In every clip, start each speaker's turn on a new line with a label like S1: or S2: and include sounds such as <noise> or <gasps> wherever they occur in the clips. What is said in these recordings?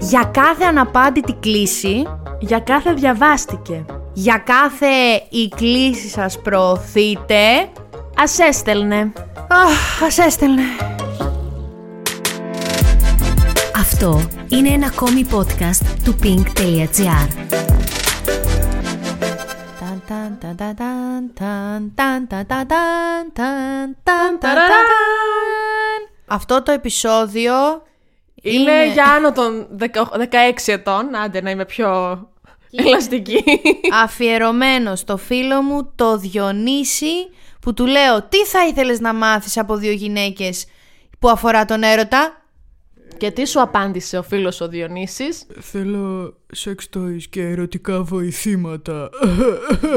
S1: Για κάθε αναπάντητη κλίση,
S2: Για κάθε διαβάστηκε.
S1: για κάθε η κλίση σας προωθείτε,
S2: Ας έστελνε.
S1: αχ, ας έστελνε.
S3: Αυτό είναι ένα ακόμη podcast του pink.gr.
S1: Ταν, ταν, ταν, ταν, ταν, ταν, ταν, ταν, ταν, ταν, ταν, ταν, ταν, ταν.
S2: Ταραραν.
S1: Αυτό το επεισόδιο
S2: Είναι, για άνω των 18 16 ετών. Άντε να είμαι πιο ελαστική.
S1: αφιερωμένο στο φίλο μου το Διονύση που του λέω τι θα ήθελες να μάθεις από δύο γυναίκες που αφορά τον έρωτα.
S2: Και τι σου απάντησε ο φίλος ο Διονύσης.
S4: Θέλω σεξ toys και ερωτικά βοηθήματα.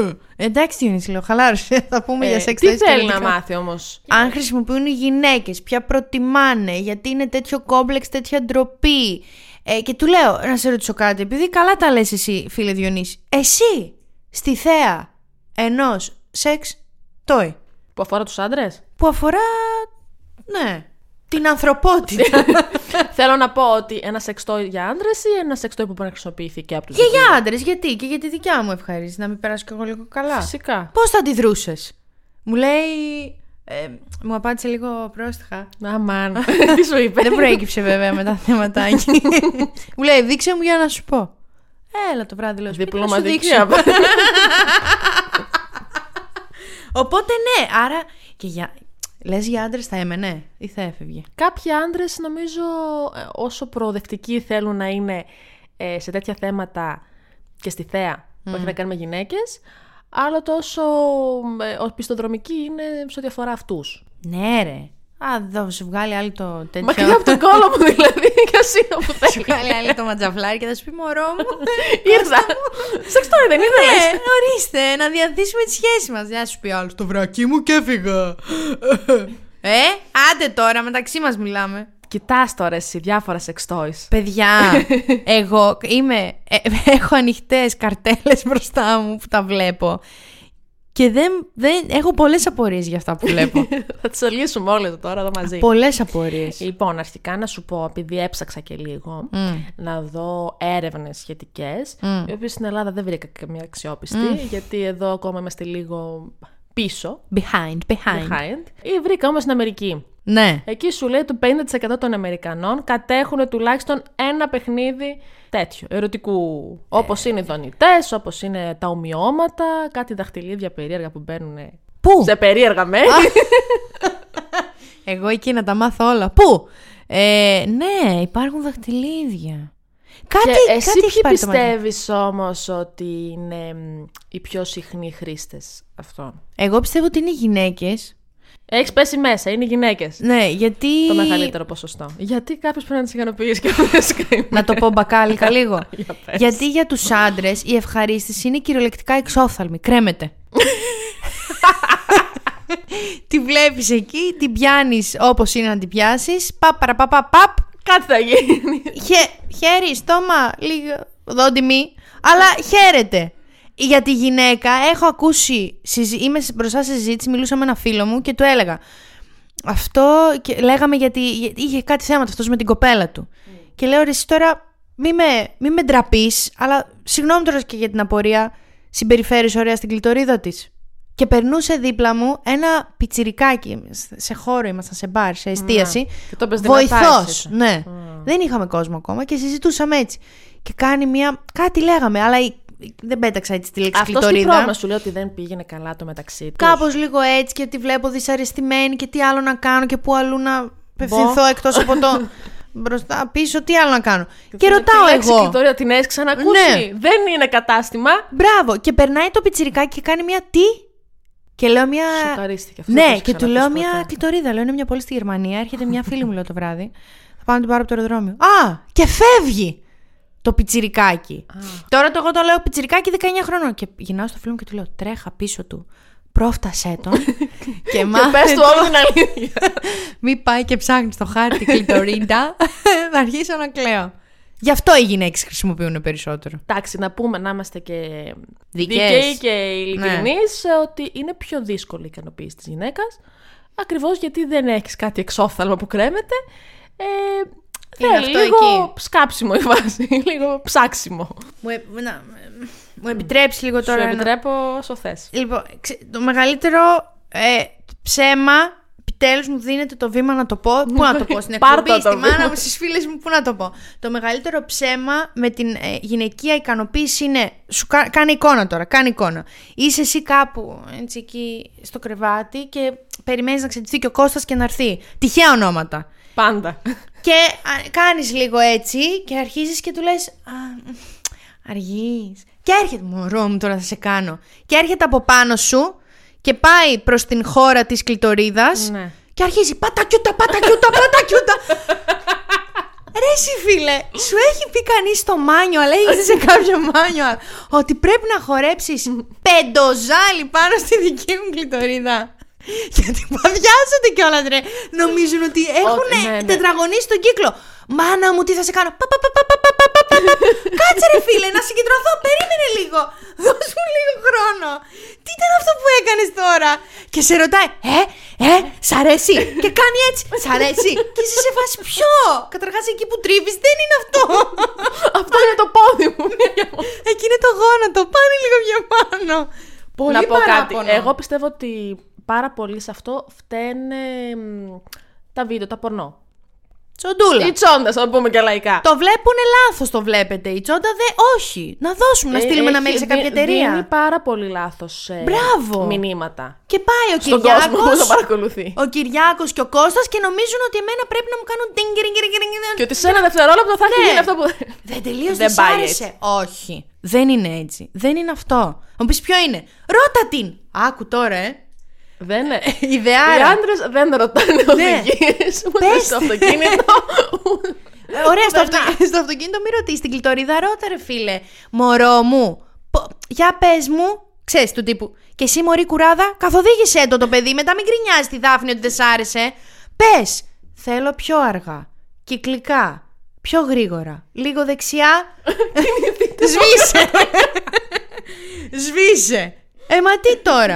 S4: <laughs>
S1: Εντάξει Διονύση λέω χαλάρωσε <laughs> θα πούμε για
S2: Ε,
S1: σεξ
S2: τι
S1: θέσεις και
S2: θέλει να
S1: ερωτικά.
S2: μάθει όμως.
S1: Αν χρησιμοποιούν οι γυναίκες, ποια προτιμάνε, γιατί είναι τέτοιο κόμπλεξ, τέτοια ντροπή. Ε, και του λέω, να σε ρωτήσω κάτι, επειδή καλά τα λες εσύ, φίλε Διονύση. Εσύ, στη θέα ενός σεξ τόι,
S2: Που αφορά τους άντρες.
S1: που αφορά, ναι, την
S2: <laughs>
S1: ανθρωπότητα.
S2: Θέλω να πω ότι ένα σεξτό για άντρες ή ένα σεξτό που μπορεί να χρησιμοποιηθεί και από τους
S1: και για άντρες, γιατί, και για τη δικιά μου ευχαρίστηση, να μην περάσω κι εγώ λίγο καλά.
S2: Φυσικά.
S1: Πώς θα αντιδρούσες, μου λέει, ε, μου απάντησε λίγο πρόστιχα.
S2: Αμάν. <laughs> τι σου είπε. <laughs>
S1: Δεν προέκυψε βέβαια με τα θέματάκια. μου λέει, δείξε μου για να σου πω. Έλα το βράδυ, λέω. σπίτι, να σου
S2: Διπλωματική.
S1: δείξω.
S2: απάντηση.
S1: Οπότε ναι, άρα. Και για... Λες για άντρες θα έμενε ή θα έφευγε.
S2: Κάποιοι άντρες, νομίζω, ε, όσο προοδευτικοί θέλουν να είναι ε, σε τέτοια θέματα και στη θέα που έχει να κάνει με γυναίκες, άλλο τόσο ε, ο- πιστοδρομικοί είναι σε ό,τι αφορά αυτούς.
S1: Ναι, ρε. Α, εδώ σου βγάλει άλλη το τέτοιο.
S2: Μακριά
S1: <laughs>
S2: από τον κόλλο μου, δηλαδή, <laughs> για σύνομα που
S1: Σου
S2: θέλεις.
S1: βγάλει άλλη το ματζαφλάρι και θα σου πει μωρό
S2: <laughs>
S1: μου.
S2: Ήρθα. Σεξτό δεν
S1: ναι,
S2: ήθελε.
S1: ορίστε, να διανθίσουμε τη σχέση μας. Για σου πει άλλος.
S4: Το βρακί μου και έφυγα.
S1: Ε, άντε τώρα, μεταξύ μας μιλάμε.
S2: Κοιτάς τώρα εσύ διάφορα σεξ toys.
S1: Παιδιά,
S2: <laughs>
S1: εγώ είμαι, ε, <laughs> έχω ανοιχτές καρτέλες μπροστά μου που τα βλέπω. Και δεν, δεν έχω πολλές απορίες για αυτά που
S2: <laughs>
S1: βλέπω.
S2: Θα τις λύσουμε όλες τώρα εδώ μαζί.
S1: πολλές απορίες.
S2: Λοιπόν, αρχικά να σου πω, επειδή έψαξα και λίγο, να δω έρευνες σχετικές, οι οποίες στην Ελλάδα δεν βρήκα καμία αξιόπιστη, γιατί εδώ ακόμα είμαστε λίγο πίσω.
S1: Behind, behind.
S2: Behind. Ή βρήκα όμως στην Αμερική.
S1: Ναι.
S2: Εκεί σου λέει το 50% των Αμερικανών κατέχουν τουλάχιστον ένα παιχνίδι τέτοιο, ερωτικού. Όπως είναι οι δονητές, όπως είναι τα ομοιώματα, κάτι δαχτυλίδια περίεργα που μπαίνουν
S1: Πού?
S2: σε περίεργα μέρη.
S1: Εγώ εκεί να τα μάθω όλα. Πού? Ε, ναι, υπάρχουν δαχτυλίδια. Κάτι,
S2: Και εσύ
S1: κάτι έχει
S2: ποιοι
S1: πάρει το μάτι μου.
S2: πιστεύεις όμως ότι είναι μ, οι πιο συχνοί χρήστες αυτών.
S1: Εγώ πιστεύω ότι είναι οι γυναίκες.
S2: Έχεις πέσει μέσα, είναι οι γυναίκες.
S1: Ναι, γιατί...
S2: Το μεγαλύτερο ποσοστό. Γιατί κάποιος πρέπει να τις ικανοποιήσει και
S1: <laughs>
S2: αυτές
S1: Να το πω μπακάλικα λίγο.
S2: <laughs> Για πες.
S1: Γιατί για τους άντρες η ευχαρίστηση είναι κυριολεκτικά εξόφθαλμη.
S2: <laughs>
S1: Κρέμεται. τη βλέπεις εκεί, την πιάνεις όπως είναι να την πιάσεις. Παπ, παραπαπ, παπ, παπ.
S2: Κάτι θα γίνει.
S1: Χε- χέρι, στόμα, λίγο δόντιμη. Αλλά χαίρεται. Για τη γυναίκα έχω ακούσει, συζη- είμαι σε- μπροστά σε συζήτηση, μιλούσα με ένα φίλο μου και του έλεγα αυτό και λέγαμε γιατί είχε κάτι θέματα αυτός με την κοπέλα του. Και λέω ρε εσύ τώρα μη με, μη με ντραπείς, αλλά συγγνώμη τώρα και για την απορία, συμπεριφέρεις ωραία στην κλειτορίδα της. Και περνούσε δίπλα μου ένα πιτσιρικάκι, σε χώρο ήμασταν, σε μπαρ, σε εστίαση.
S2: Ναι. Και το είπες δυνατά εσύ,
S1: Βοηθός,
S2: έτσι.
S1: ναι. Δεν είχαμε κόσμο ακόμα και συζητούσαμε έτσι. Και κάνει μια, κάτι λέγαμε, αλλά η- δεν πέταξα έτσι τη λέξη
S2: Αυτός τι
S1: κλειτορίδα.
S2: πρόβλημα σου λέει ότι δεν πήγαινε καλά το μεταξύ τους.
S1: Κάπως λίγο έτσι και τη βλέπω δυσαρεστημένη και τι άλλο να κάνω και πού αλλού να απευθυνθώ εκτός από
S2: <laughs>
S1: το. μπροστά, πίσω, τι άλλο να κάνω. και ρωτάω εγώ.
S2: Τώρα την έχεις ξανακούσει.
S1: Ναι.
S2: Δεν είναι κατάστημα.
S1: Μπράβο, και περνάει το πιτσιρικάκι και κάνει μια τι. Και λέω μια.
S2: Σοκαρίστηκε αυτός. το
S1: Ναι,
S2: έχεις
S1: και του λέω
S2: ξανακούσει
S1: μια
S2: ποτέ.
S1: κλητορίδα. Λέω είναι μια πόλη στη Γερμανία. Έρχεται μια φίλη μου, λέω το βράδυ. Θα πάω να την πάρω από το αεροδρόμιο. Α, και φεύγει το πιτσιρικάκι. Τώρα το εγώ το λέω πιτσιρικάκι 19 χρόνων. Και γυρνάω στο φίλο μου και του λέω τρέχα πίσω του. Πρόφτασέ
S2: <laughs>
S1: τον. και
S2: Και πε
S1: μάθε
S2: του όλη την αλήθεια.
S1: Μη πάει και ψάχνει στο χάρτη κλειτορίντα. <laughs> θα αρχίσω να κλαίω. Γι' αυτό οι γυναίκες χρησιμοποιούν περισσότερο.
S2: Εντάξει, να πούμε να είμαστε και
S1: Δικές.
S2: δικαίοι και ειλικρινείς
S1: Ναι.
S2: ότι είναι πιο δύσκολη η ικανοποίηση της γυναίκας. Ακριβώς γιατί δεν έχεις κάτι εξόφθαλμα που κρέμεται. Ε,
S1: Είναι
S2: Θέλει
S1: αυτό
S2: λίγο
S1: εκεί.
S2: σκάψιμο η βάση, <laughs> λίγο ψάξιμο.
S1: Μου, ε- να- μου επιτρέψει λίγο
S2: Τώρα
S1: τώρα
S2: Σου
S1: να-
S2: επιτρέπω όσο θες.
S1: Λοιπόν, ξε- το μεγαλύτερο ε, ψέμα, επιτέλους μου δίνεται το βήμα να
S2: <laughs>
S1: το πω. Πού να το πω, στην
S2: Πάρ' το
S1: εκπομπή,
S2: το
S1: στη μάνα
S2: βήμα.
S1: μου, στις φίλες μου, πού να το πω. Το μεγαλύτερο ψέμα με την ε, γυναικεία ικανοποίηση είναι. Σου κα- κάνει εικόνα τώρα, κάνει εικόνα. Είσαι εσύ κάπου έτσι εκεί στο κρεβάτι και περιμένεις να ξεντηθεί και ο Κώστας και να έρθει. Τυχαία ονόματα.
S2: Πάντα.
S1: Και α, κάνεις λίγο έτσι και αρχίζεις και του λες «Α, μ, Αργείς Και έρχεται μωρό μου τώρα θα σε κάνω Και έρχεται από πάνω σου και πάει προς την χώρα της κλειτορίδας
S2: Ναι.
S1: Και αρχίζει πάτα κιούτα, πάτα κιούτα, πάτα κιούτα
S2: <laughs>
S1: Ρε εσύ φίλε, σου έχει πει κανείς στο μάνιο, αλλά είσαι σε κάποιο μάνιο Ότι πρέπει να χορέψεις πεντοζάλι πάνω στη δική μου κλειτορίδα γιατί παδιάζονται κιόλας, ρε. Νομίζουν ότι έχουν
S2: ναι, ναι.
S1: τετραγωνίσει τον κύκλο. Μάνα μου, τι θα σε κάνω. Πα, πα, πα, πα, πα, πα, πα, πα,
S2: <laughs>
S1: πα, πα. Κάτσε, ρε φίλε, να συγκεντρωθώ. Περίμενε λίγο. <laughs> Δώσ' μου λίγο χρόνο. Τι ήταν αυτό που έκανες τώρα. Και σε ρωτάει, Ε, ε, σ' αρέσει. και κάνει έτσι, σ' αρέσει. και είσαι σε φάση ποιο. Καταρχάς, εκεί που τρίβεις δεν είναι
S2: <laughs>
S1: αυτό.
S2: <laughs> Αυτό είναι το πόδι μου.
S1: εκεί είναι το γόνατο. Πάνε λίγο πιο πάνω. <laughs> Πολύ
S2: να πω
S1: παράπονο.
S2: κάτι. Εγώ πιστεύω ότι πάρα πολύ σε αυτό φταίνε μ, τα βίντεο, τα πορνό.
S1: Τσοντούλα.
S2: Ή τσόντα, να το πούμε και λαϊκά.
S1: Το βλέπουν λάθος, το βλέπετε. Η τσόντα δε όχι. Να δώσουμε, να
S2: Ε,
S1: στείλουμε ένα
S2: έχει-
S1: mail σε κάποια
S2: δι- Δίνει
S1: εταιρεία.
S2: πάρα πολύ λάθος ε,
S1: Μπράβο.
S2: μηνύματα.
S1: Και πάει ο
S2: Στον κόσμο που το
S1: Κυριάκος
S2: παρακολουθεί.
S1: Ο Κυριάκος και ο Κώστας και νομίζουν ότι εμένα πρέπει να μου κάνουν τίνγκ, τίνγκ, τίνγκ, τίνγκ,
S2: Και ότι σε ένα δευτερόλεπτο θα έχει
S1: Ναι.
S2: γίνει αυτό που.
S1: Δεν τελείωσε,
S2: Δεν
S1: δεν σ'
S2: πάει
S1: άρεσε. Όχι. Δεν είναι έτσι. Δεν είναι αυτό. Θα μου πεις ποιο είναι. Ρώτα την. Άκου τώρα, ε.
S2: Δεν είναι. Οι
S1: Ιδεάρα.
S2: άντρες δεν ρωτάνε οδηγίες ούτε
S1: Ναι. Πες.
S2: στο αυτοκίνητο.
S1: Ε, Ωραία, στο,
S2: Ναι,
S1: αυτο- στο αυτοκίνητο μη ρωτήσεις την κλειτορίδα, ρώτα ρε φίλε. Μωρό μου, πο- για πες μου, ξέρεις του τύπου. Και εσύ, Μωρή Κουράδα, καθοδήγησε το το παιδί. Μετά μην κρινιάζει τη Δάφνη ότι δεν σ' άρεσε. Πες, θέλω πιο αργά, κυκλικά, πιο γρήγορα, λίγο δεξιά. Σβήσε. Σβήσε. Ε, μα τι τώρα.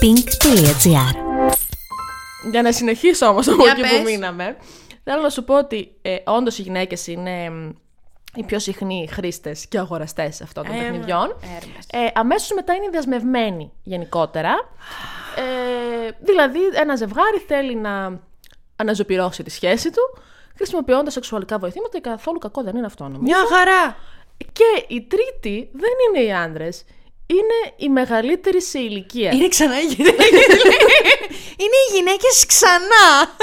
S3: pink.gr
S2: Για να συνεχίσω όμως από
S1: Για
S2: εκεί
S1: πες.
S2: που μείναμε. Θέλω να σου πω ότι ε, όντως οι γυναίκες είναι εμ, οι πιο συχνοί χρήστες και αγοραστές αυτών των παιχνιδιών. Ε, Αμέσως μετά είναι διασμευμένοι γενικότερα. Ε, δηλαδή, ένα ζευγάρι θέλει να αναζωπηρώσει τη σχέση του χρησιμοποιώντας σεξουαλικά βοηθήματα και καθόλου κακό δεν είναι αυτό νομίζω.
S1: Μια χαρά.
S2: Και η τρίτη δεν είναι οι άντρες. Είναι η μεγαλύτερη σε ηλικία.
S1: Είναι ξανά οι
S2: <laughs>
S1: γυναίκες. Είναι οι γυναίκες ξανά.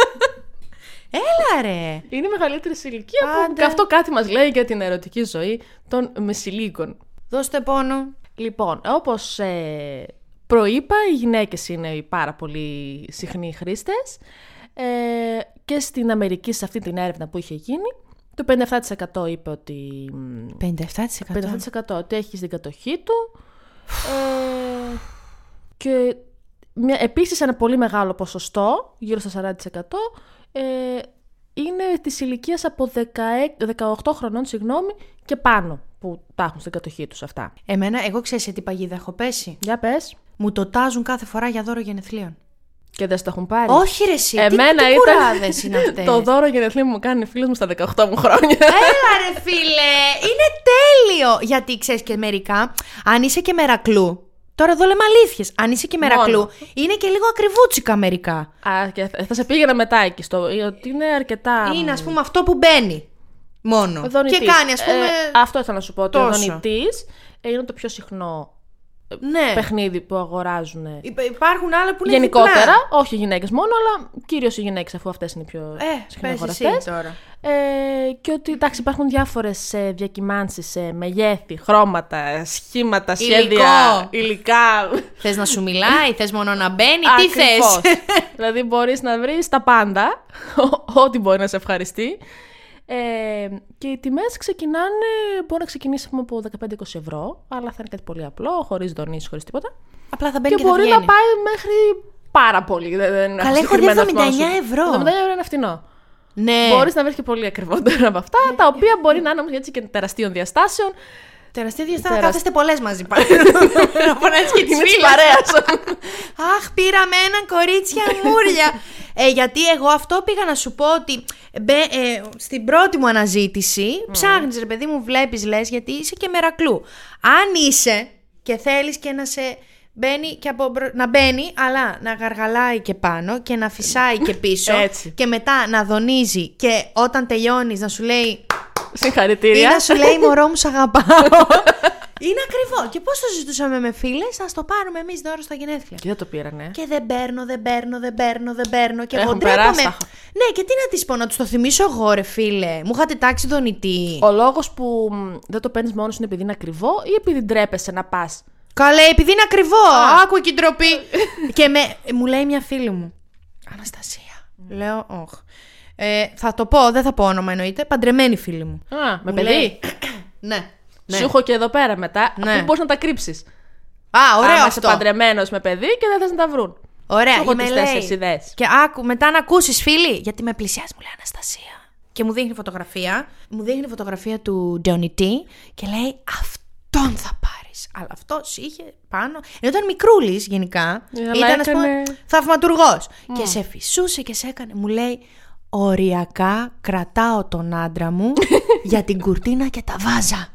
S1: Έλα ρε.
S2: Είναι η μεγαλύτερη σε ηλικία που
S1: Άντε.
S2: και αυτό κάτι μας λέει για την ερωτική ζωή των μεσηλίκων.
S1: Δώστε πόνο.
S2: Λοιπόν, όπως ε, προείπα, οι γυναίκες είναι οι πάρα πολύ συχνοί χρήστες ε, και στην Αμερική σε αυτή την έρευνα που είχε γίνει, το 57% είπε ότι... μ,
S1: 57%.
S2: 57% ότι έχεις στην κατοχή του. Ε, και μια, επίσης ένα πολύ μεγάλο ποσοστό, γύρω στα 40%, ε, είναι της ηλικίας από 16 18 χρονών συγγνώμη, και πάνω που τα έχουν στην κατοχή τους αυτά.
S1: Εμένα, εγώ ξέρεις σε τι παγίδα έχω πέσει.
S2: Για πες.
S1: Μου το τάζουν κάθε φορά για δώρο γενεθλίων.
S2: Και δεν στα έχουν πάρει.
S1: Όχι ρε εσύ, τι,
S2: Εμένα
S1: τι
S2: ήταν
S1: κουράδες
S2: <laughs>
S1: είναι αυτές.
S2: το δώρο γενεθλή μου κάνει φίλος μου στα 18 μου
S1: <laughs>
S2: χρόνια.
S1: Έλα ρε φίλε, είναι τέλειο. Γιατί ξέρεις και μερικά, αν είσαι και μερακλού, τώρα εδώ λέμε αλήθειες, αν είσαι και μερακλού,
S2: Μόνο.
S1: είναι και λίγο ακριβούτσικα μερικά.
S2: Α, και θα θα σε πήγαινα μετά εκεί στο... Ότι είναι αρκετά...
S1: Είναι ας πούμε αυτό που μπαίνει. Μόνο.
S2: Δονητής.
S1: Και κάνει ας πούμε...
S2: Ε, αυτό ήθελα να σου πω. Ότι ο
S1: τόσο.
S2: δονητής είναι το πιο συχνό
S1: ναι.
S2: παιχνίδι που αγοράζουν.
S1: Υπα- Υπάρχουν άλλα που είναι
S2: Γενικότερα,
S1: διπλά.
S2: όχι οι γυναίκες μόνο, αλλά κυρίως οι γυναίκες, αφού αυτές είναι οι πιο
S1: Ε,
S2: συχνοί
S1: πες
S2: αγοραστέ.
S1: εσύ τώρα.
S2: Ε, και ότι εντάξει, υπάρχουν διάφορες ε, διακυμάνσεις, ε, μεγέθη, χρώματα, ε, σχήματα, σχέδια, υλικά.
S1: Θες να σου μιλάει, θες μόνο να μπαίνει, τι
S2: Ακριβώς.
S1: θες.
S2: <laughs> δηλαδή, μπορείς να βρεις τα πάντα, ό- ό,τι μπορεί να σε ευχαριστεί. Ε, και οι τιμές ξεκινάνε, μπορεί να ξεκινήσει από 15-20 ευρώ, αλλά θα είναι κάτι πολύ απλό, χωρίς δονήσεις, χωρίς τίποτα.
S1: <laughs> Απλά θα
S2: Και,
S1: μπαίνει και,
S2: μπορεί
S1: θα
S2: να
S1: βγαίνει.
S2: πάει μέχρι πάρα πολύ. Δεν, δεν έχω
S1: Καλά, έχω δει
S2: συγκεκριμένο αριθμό να
S1: 79
S2: σου πω.
S1: ευρώ.
S2: 79 ευρώ είναι φθηνό.
S1: Ναι.
S2: Μπορείς να βρεις και πολύ ακριβότερα από αυτά, τα οποία μπορεί να είναι όμως έτσι και τεραστίων διαστάσεων.
S1: Τεραστίδια ήταν να
S2: Τερασ-
S1: κάθεστε πολλές μαζί πάνω. <laughs> να πονέσει και τη
S2: Είναι της
S1: φίλη.
S2: παρέας. <laughs>
S1: Αχ, πήραμε έναν κορίτσια μούρια. ε, γιατί εγώ αυτό πήγα να σου πω ότι μπε, ε, στην πρώτη μου αναζήτηση ψάχνεις ρε παιδί μου, βλέπεις λες γιατί είσαι και μερακλού. Αν είσαι και θέλεις και να σε μπαίνει και από μπρο- να μπαίνει αλλά να γαργαλάει και πάνω και να φυσάει και πίσω
S2: Έτσι.
S1: και μετά να δονίζει και όταν τελειώνεις να σου λέει ή
S2: Συγχαρητήρια.
S1: να σου λέει μωρό μου σ' αγαπάω. Είναι ακριβό. Και πώς το ζητούσαμε με φίλες, θα το πάρουμε εμείς δώρο στα γενέθλια.
S2: <laughs> Και δεν το πήρανε.
S1: Και δεν παίρνω, δεν παίρνω, δεν παίρνω, δεν παίρνω. Και εγώ
S2: Έχουν
S1: ντρέπομαι.
S2: περάσει τα χα-
S1: Ναι, και τι να της πω, να τους το θυμίσω εγώ, ρε φίλε. Μου είχατε τάξει δονητή.
S2: Ο λόγος που μ, δεν το παίρνεις μόνος σου είναι επειδή είναι ακριβό ή επειδή ντρέπεσαι να πας.
S1: Καλέ, επειδή είναι ακριβό. Άκου εκεί ντροπή. και με, μου λέει μια φίλη μου. Αναστασία. Λέω, όχ. Ε, θα το πω, δεν θα πω όνομα εννοείται. Παντρεμένη φίλη μου.
S2: Α, με
S1: Μου
S2: παιδί.
S1: λέει, <clears throat> ναι. ναι.
S2: Σου έχω και εδώ πέρα μετά.
S1: Ναι.
S2: Ναι. Που μπορείς να τα κρύψεις.
S1: Α, ωραίο
S2: Άμα είσαι
S1: αυτό.
S2: παντρεμένος με παιδί και δεν θες να τα βρουν.
S1: Ωραία,
S2: Σου έχω
S1: είμαι
S2: τις
S1: λέει.
S2: τέσσερις ιδέες.
S1: Και άκου, μετά να ακούσεις, φίλη, γιατί με πλησιάζει, μου λέει Αναστασία. Και μου δείχνει φωτογραφία. Μου δείχνει φωτογραφία του Ντονιτή και λέει αυτόν θα πάρεις. Αλλά αυτό είχε πάνω. Ενώ ήταν μικρούλης γενικά.
S2: Ε, αλλά
S1: ήταν, ας πούμε,
S2: έκανε-
S1: θαυματουργό.
S2: Ναι.
S1: Και σε φυσούσε και σε έκανε. Μου λέει, Οριακά κρατάω τον άντρα
S2: <laughs>
S1: μου για την κουρτίνα και τα βάζα.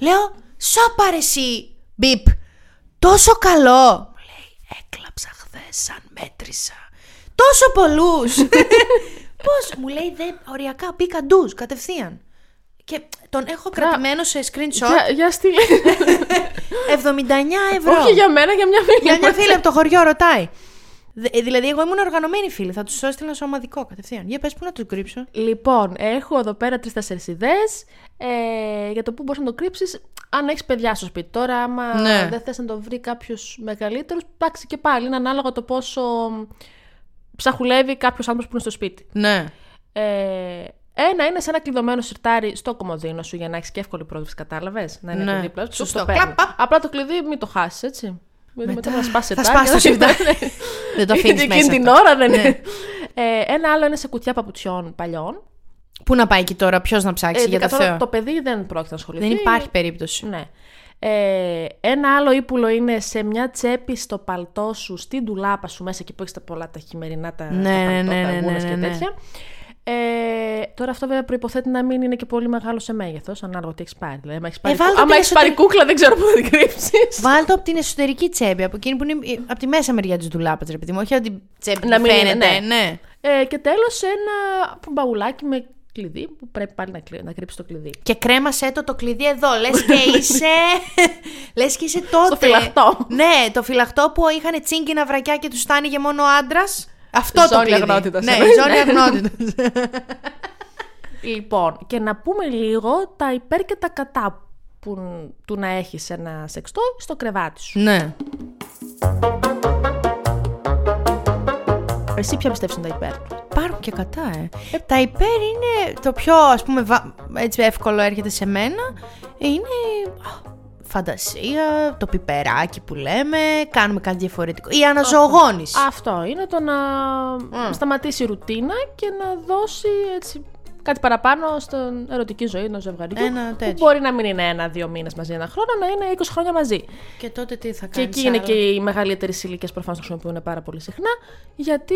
S1: Λέω, σώπα ρε εσύ, μπιπ. Τόσο καλό. Μου λέει, έκλαψα χθες σαν μέτρησα. Τόσο
S2: <laughs>
S1: πολλούς. Πώς, μου λέει, δε, οριακά μπήκα ντουζ κατευθείαν. Και τον έχω κρατημένο σε screenshot
S2: Για, για στη...
S1: <laughs> 79 ευρώ.
S2: Όχι για μένα, για μια φίλη.
S1: Για μια
S2: μου.
S1: φίλη από το χωριό ρωτάει. Δε- ε, δηλαδή, εγώ ήμουν οργανωμένη φίλη. Θα τους έστειλα σε ομαδικό κατευθείαν. Για πες πού να τους κρύψω.
S2: Λοιπόν, έχω εδώ πέρα τρει-τέσσερι ιδέες ε, για το πού μπορείς να το κρύψεις αν έχεις παιδιά στο σπίτι. Τώρα, άμα
S1: Ναι.
S2: δεν θες να το βρει κάποιος μεγαλύτερος, εντάξει και πάλι είναι ανάλογα το πόσο ψαχουλεύει κάποιος άνθρωπος που είναι στο σπίτι.
S1: Ναι.
S2: Ε, ένα είναι σε ένα κλειδωμένο σιρτάρι στο κομμωδίνο σου για να έχεις και εύκολη πρόσβαση, κατάλαβες. Να είναι
S1: Ναι.
S2: ναι. δίπλα σου. Σου
S1: Σωστό.
S2: το παίρνει.
S1: Κλαπ,
S2: Απλά το κλειδί μην το χάσεις, έτσι. Μετά, Μετά να σπάσει
S1: θα
S2: σιρτάρι,
S1: σπάσει το
S2: να-
S1: σιρτάρι. <laughs> Δεν το αφήνεις
S2: Εκείνη
S1: μέσα. Ναι.
S2: την
S1: το.
S2: ώρα δεν είναι. Ε, ένα άλλο είναι σε κουτιά παπουτσιών παλιών.
S1: Πού να πάει εκεί τώρα, ποιος να ψάξει
S2: Ε,
S1: για το
S2: καθόλου
S1: Θεό.
S2: το παιδί δεν πρόκειται να ασχοληθεί.
S1: Δεν υπάρχει περίπτωση.
S2: Ναι. Ε, ένα άλλο ύπουλο είναι σε μια τσέπη στο παλτό σου, στην τουλάπα σου μέσα εκεί που έχεις τα πολλά τα χειμερινά, τα,
S1: Ναι, ναι,
S2: τα παλτό,
S1: ναι,
S2: τα
S1: ναι,
S2: γούνες
S1: ναι,
S2: και
S1: ναι.
S2: τέτοια. Ε, τώρα αυτό βέβαια προποθέτει να μην είναι και πολύ μεγάλο σε μέγεθος, ανάλογα τι έχεις πάρει. Δηλαδή, άμα έχεις πάρει,
S1: Ε, βάλ' το
S2: κου- άμα
S1: την
S2: έχεις πάρει
S1: εσωτερική-
S2: κούκλα, δεν ξέρω πού θα την κρύψεις.
S1: Βάλ το από την εσωτερική τσέπη, από εκείνη που είναι από τη μέσα μεριά της ντουλάπας, ρε παιδί μου. Όχι από την τσέπη
S2: Να
S1: που
S2: μην είναι,
S1: φαίνεται.
S2: ναι.
S1: Ναι.
S2: ε, και τέλος, ένα μπαουλάκι με κλειδί που πρέπει πάλι να, κλει- να κρύψεις το κλειδί.
S1: Και κρέμασέ το το κλειδί εδώ. Λες
S2: <laughs>
S1: και είσαι. Λες και είσαι τότε.
S2: Στο φυλαχτό.
S1: Ναι, το φυλαχτό που είχαν τσίγκινα βρακιά και τους στάνηγε μόνο άντρας. Αυτό το
S2: Ζώνη
S1: κλειδί.
S2: αγνότητας,
S1: Ναι,
S2: εννοείς,
S1: ζώνη
S2: ναι.
S1: αγνότητας.
S2: <laughs> Λοιπόν, και να πούμε λίγο τα υπέρ και τα κατά που, του να έχεις ένα σεξτό στο κρεβάτι σου.
S1: ναι.
S2: Εσύ ποια πιστεύεις είναι τα υπέρ του.
S1: Υπάρχουν και κατά, ε. Τα υπέρ είναι το πιο, ας πούμε, βα- έτσι εύκολο έρχεται σε μένα. ε, Είναι α, φαντασία, το πιπεράκι που λέμε, κάνουμε κάτι διαφορετικό. Η αναζωογόνηση.
S2: Αυτό είναι το να σταματήσει η ρουτίνα και να δώσει έτσι κάτι παραπάνω στην ερωτική ζωή ενός ζευγαριού.
S1: Ένα
S2: που
S1: τέτοιο.
S2: μπορεί να μην είναι ένα-δύο μήνες μαζί, ένα χρόνο, να είναι 20 χρόνια μαζί.
S1: Και τότε τι θα
S2: και
S1: κάνεις
S2: εκεί είναι
S1: άλλο?
S2: και οι μεγαλύτερες ηλικίες προφανώς το χρησιμοποιούν πάρα πολύ συχνά, γιατί.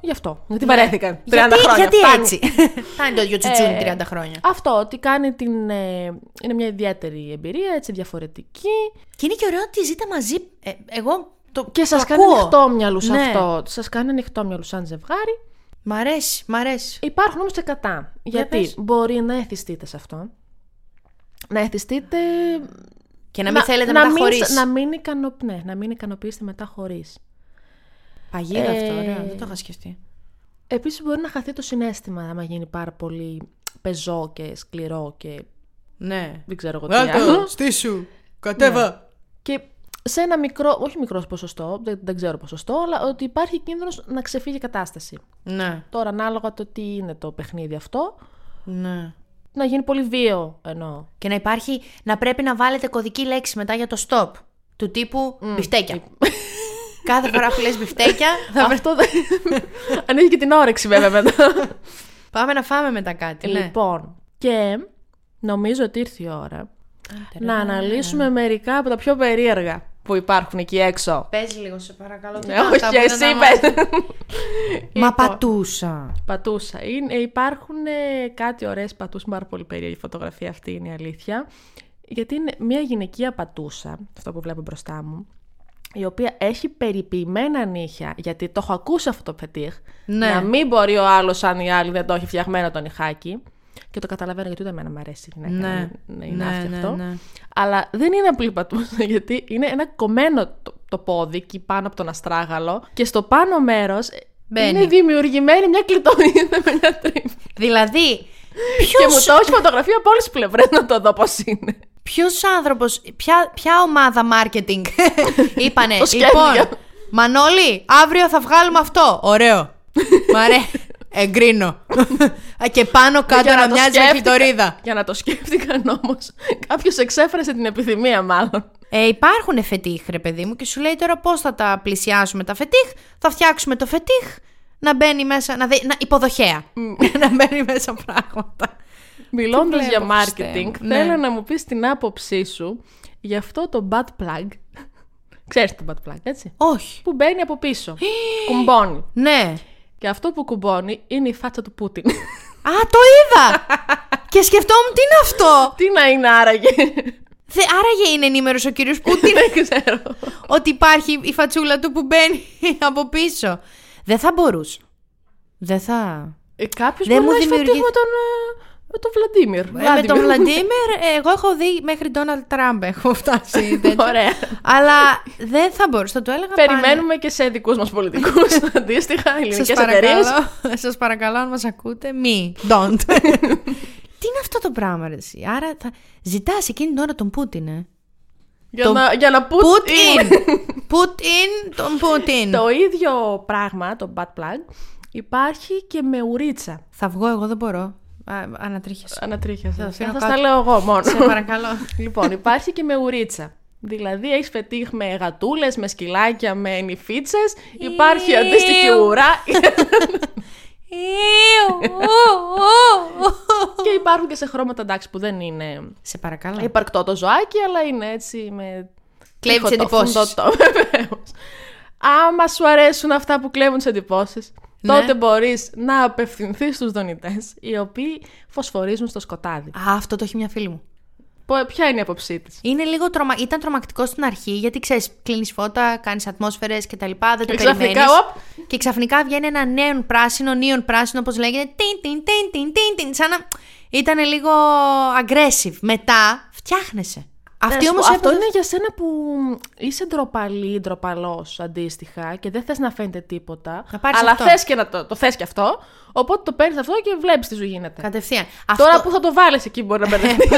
S2: Γι' αυτό. Γιατί βαρέθηκαν. 30
S1: Ναι. γιατί,
S2: χρόνια.
S1: γιατί
S2: φτάνει. <laughs> Ε.
S1: έτσι. Φτάνει το ίδιο τσουτσούνι 30 χρόνια.
S2: Αυτό, ότι κάνει την. ε, είναι μια ιδιαίτερη εμπειρία, έτσι διαφορετική.
S1: Και είναι και ωραίο ότι ζείτε μαζί. Ε, εγώ το
S2: Και σας
S1: το
S2: κάνει
S1: ακούω.
S2: ανοιχτόμυαλου
S1: Ναι.
S2: αυτό. Σας κάνει ανοιχτόμυαλου σαν ζευγάρι.
S1: Μ' αρέσει, μ' αρέσει.
S2: Υπάρχουν όμως και κατά. Γιατί
S1: πες.
S2: μπορεί να εθιστείτε σε αυτό. Να εθιστείτε.
S1: Και να μην θέλετε
S2: να
S1: μετά
S2: μην,
S1: χωρίς.
S2: Να μην, ικανο, ναι, να μην ικανοποιήσετε μετά χωρίς.
S1: Παγίδα
S2: Ε,
S1: αυτό, ωραία. Δεν το είχα σκεφτεί.
S2: Επίσης μπορεί να χαθεί το συνέστημα άμα γίνει πάρα πολύ πεζό και σκληρό και
S1: Ναι.
S2: δεν ξέρω εγώ τι
S4: Βγάλ'
S2: άλλο.
S4: το, στήσου, κατέβα.
S2: Και σε ένα μικρό, όχι μικρός ποσοστό, δεν, δεν ξέρω ποσοστό, αλλά ότι υπάρχει κίνδυνος να ξεφύγει η κατάσταση.
S1: Ναι.
S2: Τώρα, ανάλογα το τι είναι το παιχνίδι αυτό,
S1: Ναι.
S2: να γίνει πολύ βίαιο εννοώ.
S1: Και να υπάρχει, να πρέπει να βάλετε κωδική λέξη μετά για το stop. Του τύπου μπιφτέκια. <laughs> Κάθε φορά που λες
S2: <laughs>
S1: μπιφτέκια, θα βρε-
S2: Αυτό δεν. Ανοίγει και την όρεξη, βέβαια μετά.
S1: πάμε να φάμε μετά κάτι. Ναι.
S2: Λοιπόν, και νομίζω ότι ήρθε η ώρα να αναλύσουμε μερικά από τα πιο περίεργα που υπάρχουν εκεί έξω.
S1: Πες λίγο, σε παρακαλώ.
S2: Ε, Όχι, εσύ είπες.
S1: Μα πατούσα.
S2: Πατούσα. Είναι, υπάρχουν ε, κάτι ωραίες πατούσες, πάρα πολύ περίεργη φωτογραφία αυτή είναι η αλήθεια. Γιατί είναι μια γυναικεία πατούσα, αυτό που βλέπω μπροστά μου, η οποία έχει περιποιημένα νύχια, γιατί το έχω ακούσει αυτό το φετίχ,
S1: Ναι.
S2: να μην μπορεί ο άλλος αν η άλλη δεν το έχει φτιαγμένο το νυχάκι. Και το καταλαβαίνω γιατί ούτε εμένα μου αρέσει η γυναίκα
S1: Ναι.
S2: να είναι
S1: Ναι,
S2: άφτιαχτο.
S1: ναι, ναι.
S2: Αλλά δεν είναι απλή πατούσα, γιατί είναι ένα κομμένο το, το πόδι εκεί πάνω από τον αστράγαλο και στο πάνω μέρος
S1: Μπαίνει.
S2: είναι δημιουργημένη μια κλειτονίδα με μια τρύπα.
S1: Δηλαδή,
S2: Και μου το έχει φωτογραφία από όλες τις πλευρές να το δω πώς είναι.
S1: Ποιο άνθρωπος, ποια, ποια ομάδα marketing
S2: <laughs>
S1: είπανε.
S2: Το σχέδιο.
S1: λοιπόν, Μανώλη, αύριο θα βγάλουμε αυτό. Ωραίο. Μ' αρέ... Εγκρίνω. <laughs> και πάνω κάτω
S2: Για
S1: να,
S2: το
S1: μοιάζει με
S2: σκέφτηκα-
S1: κλειτορίδα.
S2: Για να το σκέφτηκαν όμως. Κάποιος εξέφρασε την επιθυμία, μάλλον.
S1: Ε, υπάρχουν φετίχ, ρε παιδί μου, και σου λέει τώρα πώς θα τα πλησιάσουμε τα φετίχ. Θα φτιάξουμε το φετίχ να μπαίνει μέσα. Να, δε, να υποδοχέα. <laughs> να μπαίνει μέσα πράγματα.
S2: Μιλώντας για
S1: βλέπω, Χριστέ
S2: marketing,
S1: μου.
S2: θέλω
S1: Ναι.
S2: να μου πεις την άποψή σου για αυτό το bad plug. Ξέρεις το bad plug, έτσι.
S1: Όχι.
S2: Που μπαίνει από
S1: <gasps>
S2: πίσω. κουμπώνει.
S1: Ναι.
S2: Και αυτό που κουμπώνει είναι η φάτσα του Πούτιν. <laughs>
S1: Α, το είδα! και σκεφτόμουν τι είναι αυτό.
S2: Τι να είναι άραγε. <laughs>
S1: Δε, άραγε είναι ενήμερος ο κύριος <laughs> Πούτιν.
S2: Δεν ξέρω.
S1: ότι υπάρχει η φατσούλα του που μπαίνει <laughs> από πίσω. Δεν θα μπορούσα. Δεν θα.
S2: Κάποιος
S1: Δεν
S2: Ε, μπορεί
S1: Ναι, μου
S2: να έχει φετίχ
S1: δημιουργεί-
S2: με τον. ε, Με τον Βλαντίμιρ.
S1: Ε, με τον Βλαντίμιρ, ε, εγώ έχω δει μέχρι Ντόναλτ Τραμπ έχω φτάσει. τέτοιο.
S2: <laughs> Ωραία.
S1: <laughs> Αλλά δεν θα μπορούσα, θα το έλεγα πάλι.
S2: Περιμένουμε και σε δικούς μας πολιτικούς
S1: <laughs>
S2: αντίστοιχα ελληνικέ
S1: Σας
S2: εταιρείε.
S1: παρακαλώ, <laughs> σας παρακαλώ αν μας ακούτε, μη, don't. <laughs> Τι είναι αυτό το πράγμα, ρε, εσύ. Άρα θα... ζητάς εκείνη την ώρα τον Πούτιν, ε.
S2: Για,
S1: Το
S2: να, για να put,
S1: Πούτιν!
S2: in.
S1: Πούτιν, τον Πούτιν.
S2: <laughs> Το ίδιο πράγμα, το bad plug, υπάρχει και με ουρίτσα.
S1: Θα βγω, εγώ δεν μπορώ. Α, ανατρίχιασα.
S2: Ανατρίχιασα.
S1: αφήνω
S2: Θα
S1: κάτω.
S2: τα λέω εγώ μόνο.
S1: Σε παρακαλώ.
S2: λοιπόν, υπάρχει και με ουρίτσα. Δηλαδή, έχεις φετίχ με γατούλες, με σκυλάκια, με νυφίτσες. Υπάρχει
S1: Ιου.
S2: αντίστοιχη ουρά. <laughs>
S1: Ιου, ου, ου, ου.
S2: και υπάρχουν και σε χρώματα εντάξει που δεν είναι
S1: Σε παρακαλώ.
S2: υπαρκτό το ζωάκι, αλλά είναι έτσι με.
S1: Κλέβεις τις
S2: τρίχωτο,
S1: εντυπώσεις.
S2: φουντωτό, <laughs> βεβαίως. Άμα σου αρέσουν αυτά που κλέβουν τι εντυπώσεις,
S1: Ναι.
S2: τότε μπορείς να απευθυνθείς στους δονητές, οι οποίοι φωσφορίζουν στο σκοτάδι.
S1: Α, αυτό το έχει μια φίλη μου.
S2: Πο- Ποια είναι η άποψή της.
S1: Είναι λίγο τρομα... Ήταν τρομακτικό στην αρχή, γιατί ξέρεις, κλείνεις φώτα, κάνεις ατμόσφαιρες κτλ. Δεν το
S2: Και ξαφνικά,
S1: περιμένεις.
S2: οπ.
S1: Και ξαφνικά βγαίνει ένα νέο πράσινο, νίον πράσινο, όπως λέγεται. Τιν, τιν, τιν, τιν, τιν, τιν, σαν να ήταν λίγο aggressive. Μετά φτιάχνεσαι. Αυτή όμω
S2: Αυτό είναι για σένα που είσαι ντροπαλή, ντροπαλός αντίστοιχα και δεν θες να φαίνεται τίποτα.
S1: Να πάρεις
S2: αλλά
S1: αυτό.
S2: θες και να το, το θες και αυτό. Οπότε το παίρνεις αυτό και βλέπεις τι σου γίνεται.
S1: Κατευθείαν.
S2: Τώρα
S1: Αυτό-
S2: που θα το βάλεις εκεί μπορεί να <laughs> μπερδευτείς.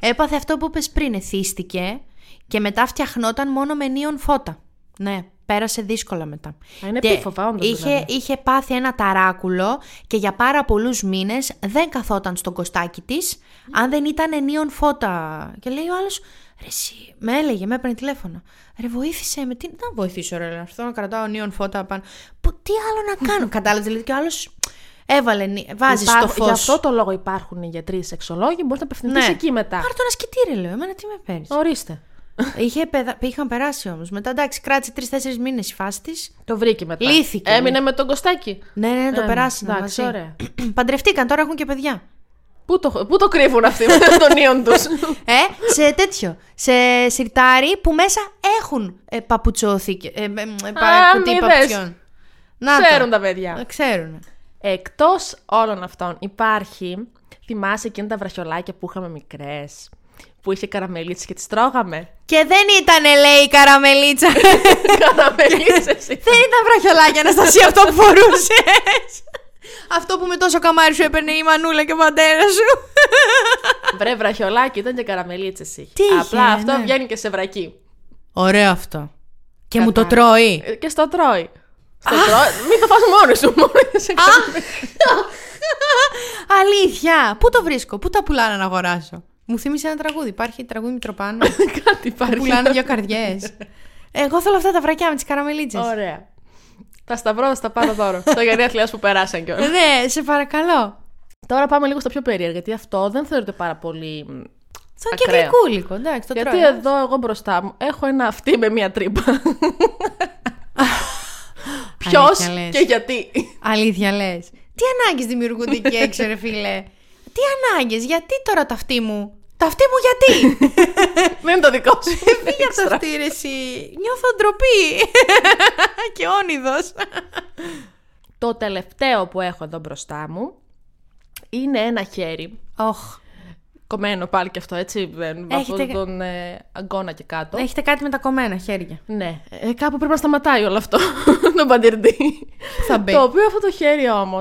S1: Έπαθε αυτό που είπες πριν, εθίστηκε και μετά φτιαχνόταν μόνο με νίον φώτα. Ναι, πέρασε δύσκολα μετά.
S2: Α, είναι
S1: Και
S2: επίφοβα, όντως,
S1: είχε,
S2: δηλαδή.
S1: είχε πάθει ένα ταράκουλο και για πάρα πολλούς μήνες δεν καθόταν στον κοστάκι της, αν δεν ήταν νίον φώτα. Και λέει ο άλλος, Ρε, εσύ, με έλεγε, με έπαιρνε τηλέφωνο. Ρε, βοήθησε με. Τι να βοηθήσω, ρε, αυτό να κρατάω νίον φώτα πάνω. Που, τι άλλο να
S2: <laughs>
S1: κάνω, κατάλαβες. Δηλαδή, και ο άλλος έβαλε, νι- βάζεις στο
S2: Υπάρχουν-
S1: φω.
S2: Γι' αυτό το λόγο υπάρχουν οι γιατροί σεξολόγοι, μπορείς να απευθυνθείς
S1: Ναι.
S2: εκεί μετά.
S1: Πάρ' το ένα σκητήρι, λέω. Εμένα τι με παίρνεις.
S2: Ορίστε.
S1: Είχε παιδα... Είχαν περάσει όμως. Μετά εντάξει, κράτησε τρει-τέσσερι μήνες η φάση της.
S2: Το βρήκε μετά.
S1: Λύθηκε.
S2: Έμεινε με τον Κωστάκη.
S1: Ναι, ναι, ναι, το
S2: Ε,
S1: περάσανε
S2: εντάξει,
S1: μαζί.
S2: ωραία.
S1: <clears throat> Παντρευτήκαν, τώρα έχουν και παιδιά.
S2: Πού το, πού το κρύβουν αυτοί με τον ίον τους.
S1: Ε, σε τέτοιο. Σε σιρτάρι που μέσα έχουν ε, παπουτσώθηκε. Ε, ε, ε, πα-
S2: Α,
S1: κουτί
S2: μη
S1: παπουτσιών.
S2: δες.
S1: Να το.
S2: Ξέρουν τα παιδιά.
S1: Ε, Ξέρουν.
S2: Εκτός όλων αυτών υπάρχει. Θυμάσαι εκείνα τα βραχιολάκια που είχαμε μικρές. Που είχε καραμελίτσε και τις τρώγαμε.
S1: <laughs> Και δεν ήταν, λέει, η <laughs> καραμελίτσα. <laughs>
S2: Καραμελίτσε.
S1: δεν ήταν βραχιολάκια, Αναστασία, αυτό που φορούσες. <laughs> αυτό που με τόσο καμάρι σου έπαιρνε η μανούλα και ο πατέρας σου.
S2: Βρε βραχιολάκι, ήταν και καραμελίτσες είχε.
S1: Τι είχε,
S2: Απλά αυτό
S1: ναι.
S2: βγαίνει και σε βρακί.
S1: Ωραίο αυτό. Και μου το
S2: Κατάλαβα.
S1: τρώει.
S2: Ε, Και στο τρώει. Στο τρώει. Μην το φας μόνος σου,
S1: <laughs>
S2: μόνος σε
S1: Αλήθεια! Πού το βρίσκω, πού τα πουλάνε να αγοράσω. Μου θύμισε ένα τραγούδι. Υπάρχει τραγούδι Μητροπάνου.
S2: Κάτι <laughs> υπάρχει.
S1: πουλάνε δύο καρδιές. Εγώ θέλω αυτά τα βρακιά με τις καραμελίτσε.
S2: Ωραία. Τα σταυρώ, θα στα πάρω
S1: <laughs>
S2: δώρο. Τα γενέθλιά σου που περάσαν κιόλας.
S1: Ε, Ναι, σε παρακαλώ.
S2: Τώρα πάμε λίγο στα πιο περίεργα, γιατί αυτό δεν θεωρείται πάρα πολύ μ,
S1: Σαν και
S2: Ακραίο.
S1: γλυκούλικο, εντάξει, το
S2: Γιατί
S1: τρώω.
S2: εδώ εγώ μπροστά μου έχω ένα αυτή με μία τρύπα. Ποιος
S1: Αλήθεια λες.
S2: και γιατί.
S1: Αλήθεια λες. Τι ανάγκες δημιουργούνται εκεί έξω, ρε φίλε. Τι ανάγκες, γιατί τώρα τα αυτή μου. Τα αυτή μου γιατί.
S2: <laughs> Δεν είναι το δικό σου.
S1: Φύγε από τα αυτή, ρε, εσύ. Νιώθω ντροπή. <laughs> και όνειδος.
S2: Το τελευταίο που έχω εδώ μπροστά μου είναι ένα χέρι.
S1: Οχ.
S2: Κομμένο πάλι και αυτό, έτσι. Δεν βάζω
S1: Έχετε-
S2: τον ε, αγκώνα και κάτω.
S1: Έχετε κάτι με τα κομμένα χέρια.
S2: Ναι, ε, κάπου πρέπει να σταματάει όλο αυτό. <laughs> τον παντυρντή.
S1: Θα μπει.
S2: Το οποίο αυτό το χέρι όμως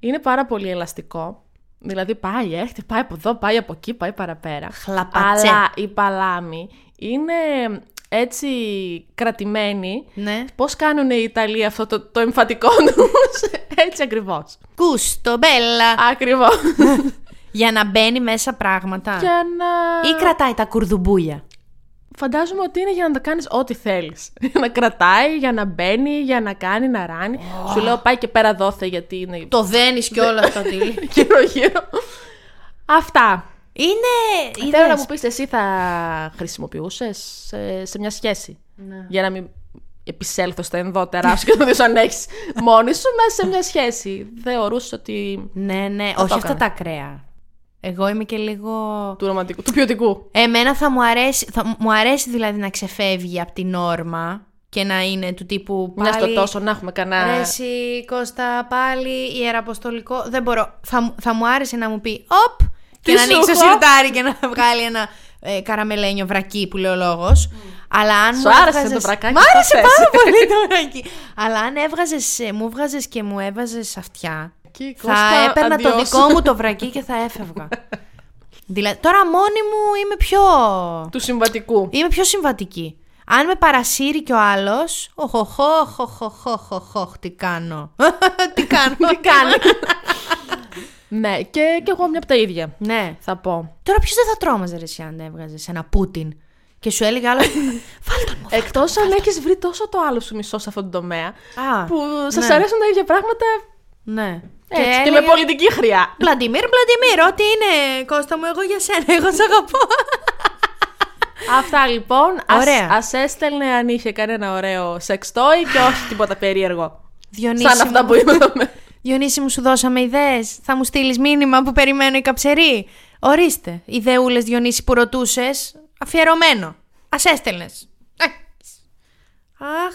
S2: είναι πάρα πολύ ελαστικό. Δηλαδή πάει, έρχεται, πάει από εδώ, πάει από εκεί, πάει παραπέρα.
S1: Χλαπατσέ.
S2: Αλλά η παλάμη είναι έτσι κρατημένη.
S1: Ναι.
S2: Πώς κάνουν οι Ιταλοί αυτό το, το εμφατικό τους, έτσι ακριβώς.
S1: Κούστο, μπέλα.
S2: Ακριβώς.
S1: Για να μπαίνει μέσα πράγματα.
S2: για να...
S1: Ή κρατάει τα κουρδουμπούλια.
S2: Φαντάζομαι ότι είναι για να τα κάνεις ό,τι θέλεις. να κρατάει, για να μπαίνει, για να κάνει, να ράνει. Σου λέω πάει και πέρα δόθε γιατί είναι
S1: Το δένεις και όλα αυτά. τι λέει.
S2: γύρω γύρω. Αυτά.
S1: Είναι.
S2: Θέλω να
S1: είδες.
S2: μου πεις εσύ θα χρησιμοποιούσες ε, σε, σε μια σχέση. Για να μην επισέλθω στα ενδότερά σου και να το δεις αν έχεις μόνη σου μέσα σε μια σχέση. Θεωρούσες ότι
S1: Ναι, ναι, όχι
S2: το
S1: αυτά
S2: έκανα.
S1: τα ακραία. Εγώ είμαι και λίγο. Ε,
S2: του ρομαντικού, του ποιοτικού.
S1: Εμένα θα μου αρέσει, θα μου αρέσει δηλαδή να ξεφεύγει από την όρμα και να είναι του τύπου. Πάλι...
S2: Μια στο τόσο να έχουμε κανένα.
S1: Ρε εσύ, Κώστα, πάλι ιεραποστολικό. Δεν μπορώ. Θα, μου- θα μου άρεσε να μου πει οπ και
S2: Τι
S1: να
S2: σου
S1: ανοίξει το
S2: έχω?
S1: σιρτάρι και να βγάλει ένα ε, καραμελένιο βρακί που λέει ο λόγος. Αλλά αν
S2: Σου
S1: μου
S2: άρεσε
S1: έβγαζες-
S2: το βρακάκι
S1: Μ' Mm. άρεσε
S2: που θες.
S1: πάρα πολύ το βρακί. Αλλά αν έβγαζες, μου βγάζε και μου έβαζες αυτιά.
S2: Εκεί,
S1: Θα
S2: Κώστα,
S1: έπαιρνα το
S2: adios.
S1: δικό μου το βρακί και θα <laughs> έφευγα. δηλαδή, τώρα μόνη μου είμαι πιο.
S2: του συμβατικού.
S1: Είμαι πιο συμβατική. Αν με παρασύρει κι ο άλλος. Οχοχοχοχοχοχοχοχ, τι κάνω. <laughs> τι κάνω.
S2: <laughs>
S1: τι κάνω.
S2: ναι, και, και εγώ μια από τα ίδια.
S1: ναι.
S2: Θα πω.
S1: Τώρα ποιος δεν θα τρόμαζε ρε, εσύ αν έβγαζες ένα Πούτιν και σου έλεγε
S2: <laughs>
S1: άλλο. Βάλ τον μου.
S2: Εκτό αν έχει βρει τόσο το άλλο σου μισό σε αυτόν τον τομέα.
S1: Α,
S2: που σα
S1: ναι.
S2: αρέσουν τα ίδια πράγματα.
S1: Ναι.
S2: Έτσι, και, με πολιτική χρειά.
S1: Βλαντιμίρ, Βλαντιμίρ, ό,τι είναι Κώστα μου, εγώ για σένα, εγώ σ' αγαπώ.
S2: Αυτά λοιπόν.
S1: Ωραία.
S2: Ας έστελνε αν είχε κανένα ωραίο σεξ toy και όχι τίποτα περίεργο.
S1: Διονύση
S2: Σαν αυτά
S1: μου.
S2: που είπαμε.
S1: Διονύση μου σου δώσαμε ιδέες, θα μου στείλεις μήνυμα που περιμένω η καψερή. Ορίστε, ιδεούλες Διονύση που ρωτούσες, αφιερωμένο. Ας έστελνες. Ε. Αχ,